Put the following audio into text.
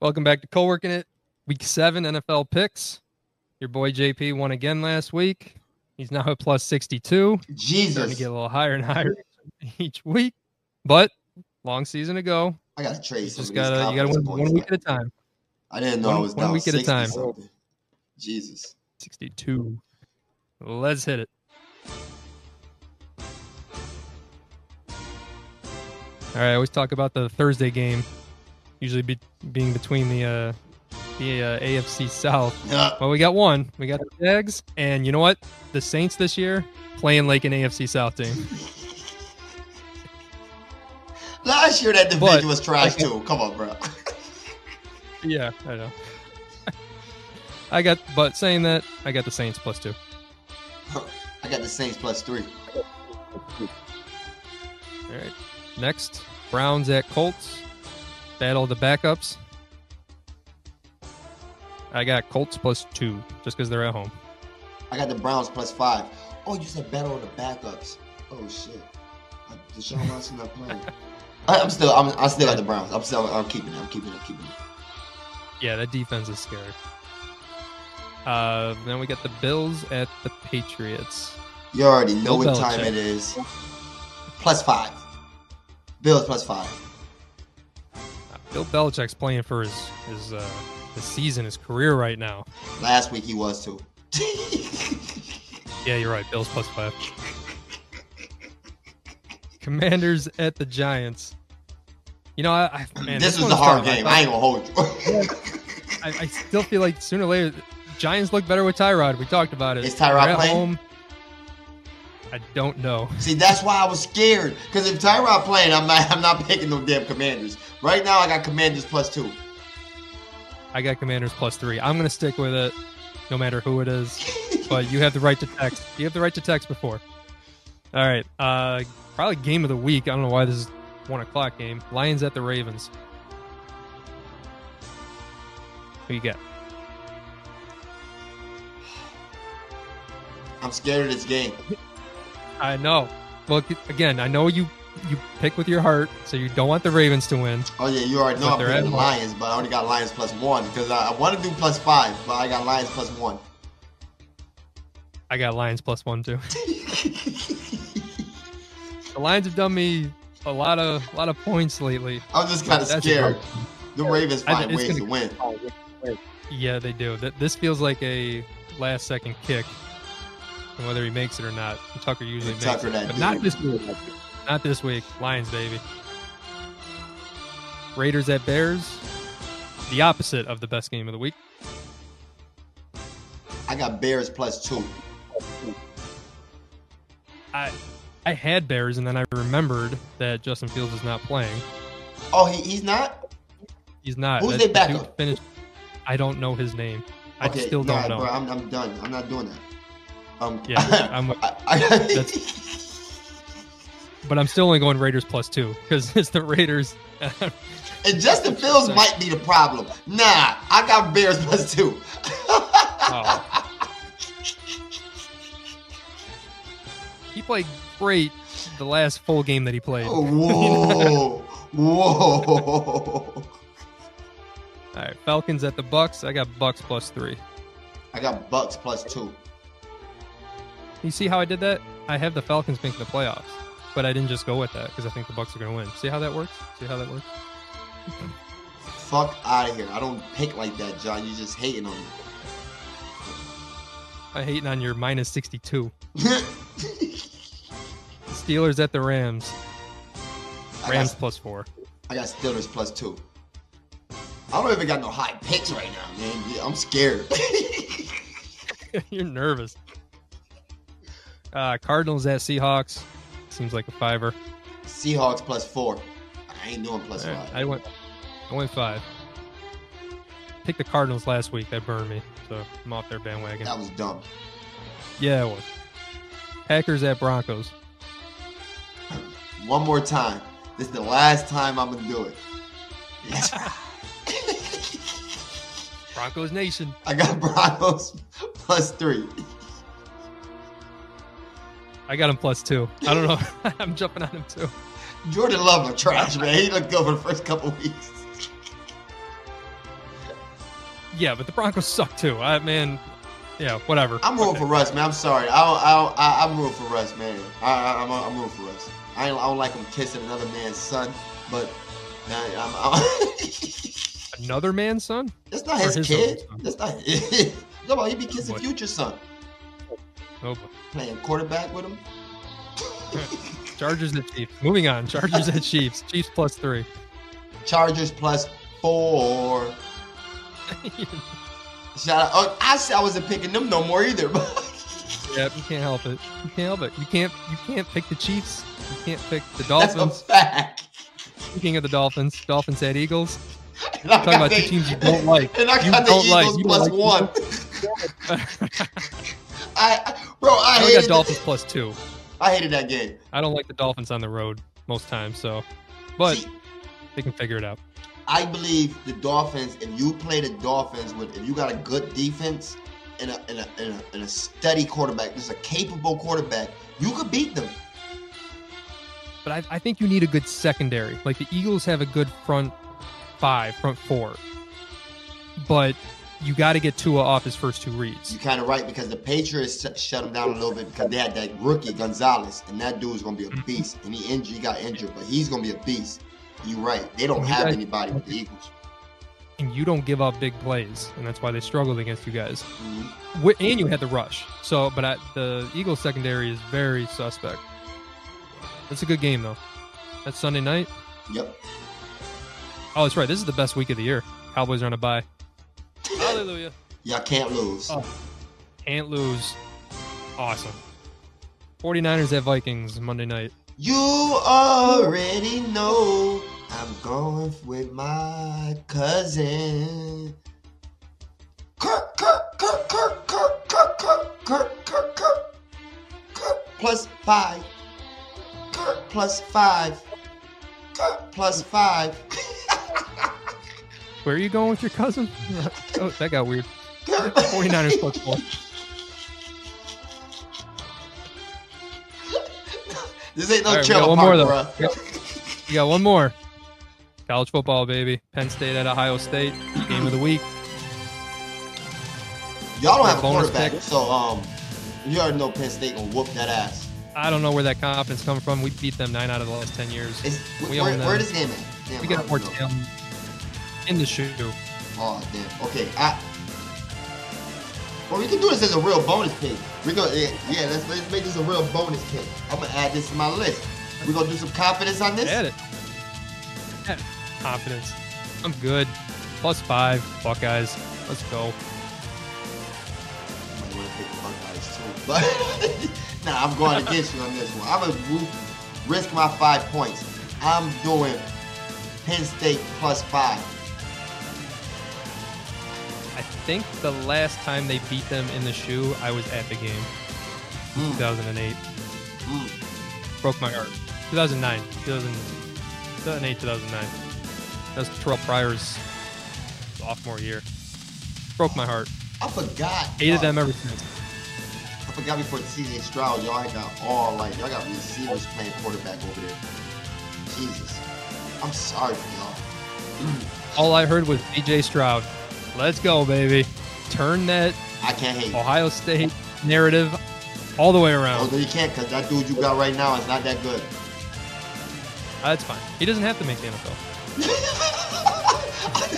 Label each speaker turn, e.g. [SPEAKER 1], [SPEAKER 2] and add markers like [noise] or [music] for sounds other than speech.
[SPEAKER 1] Welcome back to Co-working It, Week Seven NFL picks. Your boy JP won again last week. He's now at plus sixty-two. Starting
[SPEAKER 2] Jesus,
[SPEAKER 1] to get a little higher and higher [laughs] each week, but long season to go.
[SPEAKER 2] I gotta
[SPEAKER 1] You
[SPEAKER 2] trade some
[SPEAKER 1] just
[SPEAKER 2] of these
[SPEAKER 1] gotta you gotta
[SPEAKER 2] confidence
[SPEAKER 1] win
[SPEAKER 2] points,
[SPEAKER 1] one week
[SPEAKER 2] man.
[SPEAKER 1] at a time.
[SPEAKER 2] I didn't know I
[SPEAKER 1] one-
[SPEAKER 2] was
[SPEAKER 1] one
[SPEAKER 2] down
[SPEAKER 1] week at a
[SPEAKER 2] 60
[SPEAKER 1] time.
[SPEAKER 2] something. Jesus,
[SPEAKER 1] Sixty-two. Let's hit it. All right, I always talk about the Thursday game, usually be, being between the uh, the uh, AFC South.
[SPEAKER 2] Yeah,
[SPEAKER 1] Well, we got one. We got the Jags, and you know what? The Saints this year playing like an AFC South team.
[SPEAKER 2] [laughs] last year that division
[SPEAKER 1] But-
[SPEAKER 2] was trash
[SPEAKER 1] Okay.
[SPEAKER 2] too. Come on, bro. [laughs]
[SPEAKER 1] yeah, I know. I got, but saying that, I got the Saints plus two.
[SPEAKER 2] I got the Saints plus three.
[SPEAKER 1] All right. Next, Browns at Colts. Battle of the backups. I got Colts plus two, just because they're at home.
[SPEAKER 2] I got the Browns plus five. Oh, you said battle of the backups. Oh shit, Uh, Deshaun Watson not [laughs] playing. I, I'm still, I'm, I still got the Browns. I'm still, I'm keeping it. I'm keeping it. I'm keeping it.
[SPEAKER 1] Yeah, that defense is scary. Uh, then we got the Bills at the Patriots.
[SPEAKER 2] You already know
[SPEAKER 1] Bill
[SPEAKER 2] what time
[SPEAKER 1] Belichick.
[SPEAKER 2] it is. Plus five. Bills plus five.
[SPEAKER 1] Bill Belichick's playing for his his uh, his season, his career right now.
[SPEAKER 2] Last week he was too. [laughs]
[SPEAKER 1] Yeah, you're right. Bills plus five. Commanders at the Giants. You know, I, I man,
[SPEAKER 2] this was
[SPEAKER 1] one
[SPEAKER 2] the hard
[SPEAKER 1] tough. I
[SPEAKER 2] game.
[SPEAKER 1] thought-
[SPEAKER 2] I ain't gonna hold you. [laughs]
[SPEAKER 1] I, I still feel like sooner or later, Giants look better with Tyrod. We talked about it.
[SPEAKER 2] Is Tyrod
[SPEAKER 1] They're at
[SPEAKER 2] playing?
[SPEAKER 1] home. I don't know.
[SPEAKER 2] See, that's why I was scared. Cause if Tyrod playing, I'm not. [laughs] I'm not picking no damn Commanders. Right now, I got Commanders plus two.
[SPEAKER 1] I got Commanders plus three. I'm gonna stick with it, no matter who it is. but you have the right to text. You have the right to text before. All right. Uh, probably game of the week. I don't know why this is one o'clock game. Lions at the Ravens. Who you got?
[SPEAKER 2] I'm scared of this game.
[SPEAKER 1] I know. Look again. I know you. You pick with your heart, so you don't want the Ravens to win.
[SPEAKER 2] Oh yeah, you already know
[SPEAKER 1] But
[SPEAKER 2] I'm
[SPEAKER 1] they're
[SPEAKER 2] picking
[SPEAKER 1] at
[SPEAKER 2] the
[SPEAKER 1] home.
[SPEAKER 2] Lions, but I only got Lions plus one because I, I want to do plus five, but I got Lions plus one. [laughs]
[SPEAKER 1] I got Lions plus one too. The Lions have done me a lot of a lot of points lately.
[SPEAKER 2] I'm just kind of
[SPEAKER 1] That's
[SPEAKER 2] scared. The Ravens
[SPEAKER 1] I-
[SPEAKER 2] find
[SPEAKER 1] it's
[SPEAKER 2] ways
[SPEAKER 1] gonna-
[SPEAKER 2] to win.
[SPEAKER 1] Yeah, they do. Th- This feels like a last second kick, and whether he makes it or not, Tucker usually makes
[SPEAKER 2] Tucker
[SPEAKER 1] it.
[SPEAKER 2] that
[SPEAKER 1] But
[SPEAKER 2] dude.
[SPEAKER 1] not this week. Not this week. Lions, baby. Raiders at Bears. The opposite of the best game of the week.
[SPEAKER 2] I got Bears plus two.
[SPEAKER 1] I I had Bears, and then I remembered that Justin Fields is not playing.
[SPEAKER 2] Oh, he, he's not.
[SPEAKER 1] He's not.
[SPEAKER 2] Who's
[SPEAKER 1] That
[SPEAKER 2] their backup?
[SPEAKER 1] dude Finished, I don't know his name. I
[SPEAKER 2] Okay,
[SPEAKER 1] still
[SPEAKER 2] nah,
[SPEAKER 1] don't know.
[SPEAKER 2] Bro, I'm, I'm done. I'm not doing that. Um,
[SPEAKER 1] Yeah, I'm,
[SPEAKER 2] [laughs] I, I, [laughs]
[SPEAKER 1] but I'm still only going Raiders plus two because it's the Raiders. [laughs]
[SPEAKER 2] and Justin Fields
[SPEAKER 1] Sorry.
[SPEAKER 2] might be the problem. Nah, I got Bears [laughs] plus two.
[SPEAKER 1] [laughs] Oh. he played great the last full game that he played.
[SPEAKER 2] Oh. whoa, whoa!
[SPEAKER 1] All right, Falcons at the Bucks. I got Bucks plus three.
[SPEAKER 2] I got Bucks plus two.
[SPEAKER 1] You see how I did that? I have the Falcons making the playoffs, but I didn't just go with that because I think the Bucks are going to win. See how that works? See how that works?
[SPEAKER 2] Fuck out of here! I don't pick like that, John. You just hating [laughs] on
[SPEAKER 1] I hating on your minus sixty-two.
[SPEAKER 2] me.
[SPEAKER 1] Steelers at the Rams.
[SPEAKER 2] I
[SPEAKER 1] Rams
[SPEAKER 2] got,
[SPEAKER 1] plus four. [laughs]
[SPEAKER 2] I got Steelers plus two. I don't even got no high picks right now, man. Yeah, I'm scared. [laughs]
[SPEAKER 1] You're nervous. Uh, Cardinals at Seahawks. Seems like a fiver.
[SPEAKER 2] Seahawks plus four. I ain't doing plus
[SPEAKER 1] All right,
[SPEAKER 2] five.
[SPEAKER 1] I went, I went five. Picked the Cardinals last week. That burned me, so I'm off their bandwagon.
[SPEAKER 2] That was dumb.
[SPEAKER 1] Yeah, it was. Packers at Broncos.
[SPEAKER 2] One more time. This is the last time I'm gonna do it. Yes.
[SPEAKER 1] [laughs] Broncos Nation.
[SPEAKER 2] I got Broncos plus three.
[SPEAKER 1] I got him plus two. I don't know. [laughs] I'm jumping on him too.
[SPEAKER 2] Jordan Love look trash, man. He looked good for the first couple weeks.
[SPEAKER 1] yeah, but the Broncos suck too. I man, yeah, whatever.
[SPEAKER 2] I'm rooting for Russ, man. I'm sorry. I don't, I don't, I, I'm rooting for Russ, man. I, I, I'm, I'm rooting for Russ. I, ain't, I don't like him kissing another man's son, but nah, I'm, [laughs] I'm
[SPEAKER 1] Another man's son?
[SPEAKER 2] that's not
[SPEAKER 1] Or
[SPEAKER 2] his,
[SPEAKER 1] his
[SPEAKER 2] kid.
[SPEAKER 1] own son.
[SPEAKER 2] That's not [laughs] his. No, he be kissing
[SPEAKER 1] Boy.
[SPEAKER 2] future son,
[SPEAKER 1] Oh, boy.
[SPEAKER 2] playing quarterback with him.
[SPEAKER 1] Chargers at Chiefs. Moving on. Chargers at Chiefs. Chiefs plus three. [laughs]
[SPEAKER 2] Chargers plus four. Shout out! Oh, I said I wasn't picking them no more either. [laughs]
[SPEAKER 1] Yep, you can't help it. You can't help it. You can't. You can't pick the Chiefs. You can't pick the
[SPEAKER 2] That's a
[SPEAKER 1] Dolphins.
[SPEAKER 2] fact.
[SPEAKER 1] Speaking of the Dolphins, Dolphins at Eagles.
[SPEAKER 2] And [laughs] I
[SPEAKER 1] Talking
[SPEAKER 2] got
[SPEAKER 1] about two
[SPEAKER 2] the-
[SPEAKER 1] teams you don't
[SPEAKER 2] [laughs]
[SPEAKER 1] like.
[SPEAKER 2] And I
[SPEAKER 1] You
[SPEAKER 2] got the
[SPEAKER 1] don't
[SPEAKER 2] Eagles
[SPEAKER 1] like- you don't
[SPEAKER 2] plus
[SPEAKER 1] like the
[SPEAKER 2] one. [laughs]
[SPEAKER 1] [laughs]
[SPEAKER 2] I, I- bro, I
[SPEAKER 1] I got
[SPEAKER 2] hated.
[SPEAKER 1] Dolphins
[SPEAKER 2] That,
[SPEAKER 1] plus two.
[SPEAKER 2] I hated that game.
[SPEAKER 1] I don't like the Dolphins on the road most times, so but
[SPEAKER 2] See,
[SPEAKER 1] they can figure it out.
[SPEAKER 2] I believe the Dolphins. If you play the Dolphins with, if you got a good defense and a and a, and a, and a steady quarterback, just a capable quarterback, you could beat them.
[SPEAKER 1] But I, I think you need a good secondary. Like the Eagles have a good front five, front four, but you got to get Tua off his first two reads.
[SPEAKER 2] You're kind of right because the Patriots sh- shut them down a little bit because they had that rookie Gonzalez, and that dude's gonna be a
[SPEAKER 1] Mhm.
[SPEAKER 2] beast. And he injured, he got injured, but he's gonna be a beast. You're right. They don't
[SPEAKER 1] You
[SPEAKER 2] have
[SPEAKER 1] guys-
[SPEAKER 2] anybody with the Eagles.
[SPEAKER 1] and you don't give up big plays, and that's why they struggled against you guys.
[SPEAKER 2] Mhm.
[SPEAKER 1] Wi- And you had the rush. So, but I, the Eagles secondary is very suspect. It's a good game though. That's Sunday night.
[SPEAKER 2] Yep.
[SPEAKER 1] Oh, that's right. This is the best week of the year. Cowboys are on a bye. Hallelujah.
[SPEAKER 2] Y'all can't lose.
[SPEAKER 1] Oh. Can't lose. Awesome. 49ers at Vikings Monday night.
[SPEAKER 2] You already know I'm going with my cousin. Kirk, Kirk, Kirk, Kirk, Kirk, Kirk, Kirk, Kirk, Kirk, Kirk, Kirk plus five. Kirk plus five. Kirk plus five. [laughs]
[SPEAKER 1] Where are you going with your cousin? [laughs] oh, that got weird.
[SPEAKER 2] Kirk.
[SPEAKER 1] 49ers plus four.
[SPEAKER 2] This ain't
[SPEAKER 1] All right, we
[SPEAKER 2] no
[SPEAKER 1] got
[SPEAKER 2] trailer
[SPEAKER 1] one more
[SPEAKER 2] park,
[SPEAKER 1] though.
[SPEAKER 2] bruh.
[SPEAKER 1] We got, we got one more. College football, baby. Penn State at Ohio State. Game of the week.
[SPEAKER 2] Y'all don't have a
[SPEAKER 1] Bonus
[SPEAKER 2] quarterback,
[SPEAKER 1] pick.
[SPEAKER 2] so um, you already know Penn State gonna whoop that ass.
[SPEAKER 1] I don't know where that confidence coming from. We beat them nine out of the last ten years.
[SPEAKER 2] It's,
[SPEAKER 1] We
[SPEAKER 2] where,
[SPEAKER 1] own
[SPEAKER 2] where
[SPEAKER 1] them.
[SPEAKER 2] this game at? Damn,
[SPEAKER 1] We
[SPEAKER 2] I
[SPEAKER 1] got
[SPEAKER 2] don't
[SPEAKER 1] more
[SPEAKER 2] know.
[SPEAKER 1] talent in the shoe.
[SPEAKER 2] Oh damn. Okay, I. Well, we can do this as a real bonus pick. We gonna yeah, yeah let's, let's make this a real bonus pick. I'm gonna add this to my list. We gonna do some confidence on this.
[SPEAKER 1] Add it. Add it. Confidence. I'm good. Plus five. Buckeyes. Let's go.
[SPEAKER 2] You might wanna pick the Buckeyes too, but [laughs] nah, I'm going against you on this one. I'm gonna risk my five points. I'm doing Penn State plus five.
[SPEAKER 1] I think the last time they beat them in the shoe, I was at the game. Hmm.
[SPEAKER 2] Mm,
[SPEAKER 1] 2008.
[SPEAKER 2] mm.
[SPEAKER 1] Broke my heart. 2009. 2000, 2008, 2009. That's Terrell Pryor's sophomore year. Broke my heart.
[SPEAKER 2] I forgot.
[SPEAKER 1] Hated
[SPEAKER 2] uh,
[SPEAKER 1] them ever since.
[SPEAKER 2] I forgot before CJ Stroud, y'all ain't got all like y'all got receivers playing quarterback over there. Jesus, I'm sorry for y'all.
[SPEAKER 1] All I heard was DJ Stroud. Let's go, baby. Turn that
[SPEAKER 2] I can't hate. you.
[SPEAKER 1] Ohio State narrative all the way around.
[SPEAKER 2] Although you can't, cause that dude you got right now is not that good. [laughs]
[SPEAKER 1] Uh, That's fine. He doesn't have to make the NFL.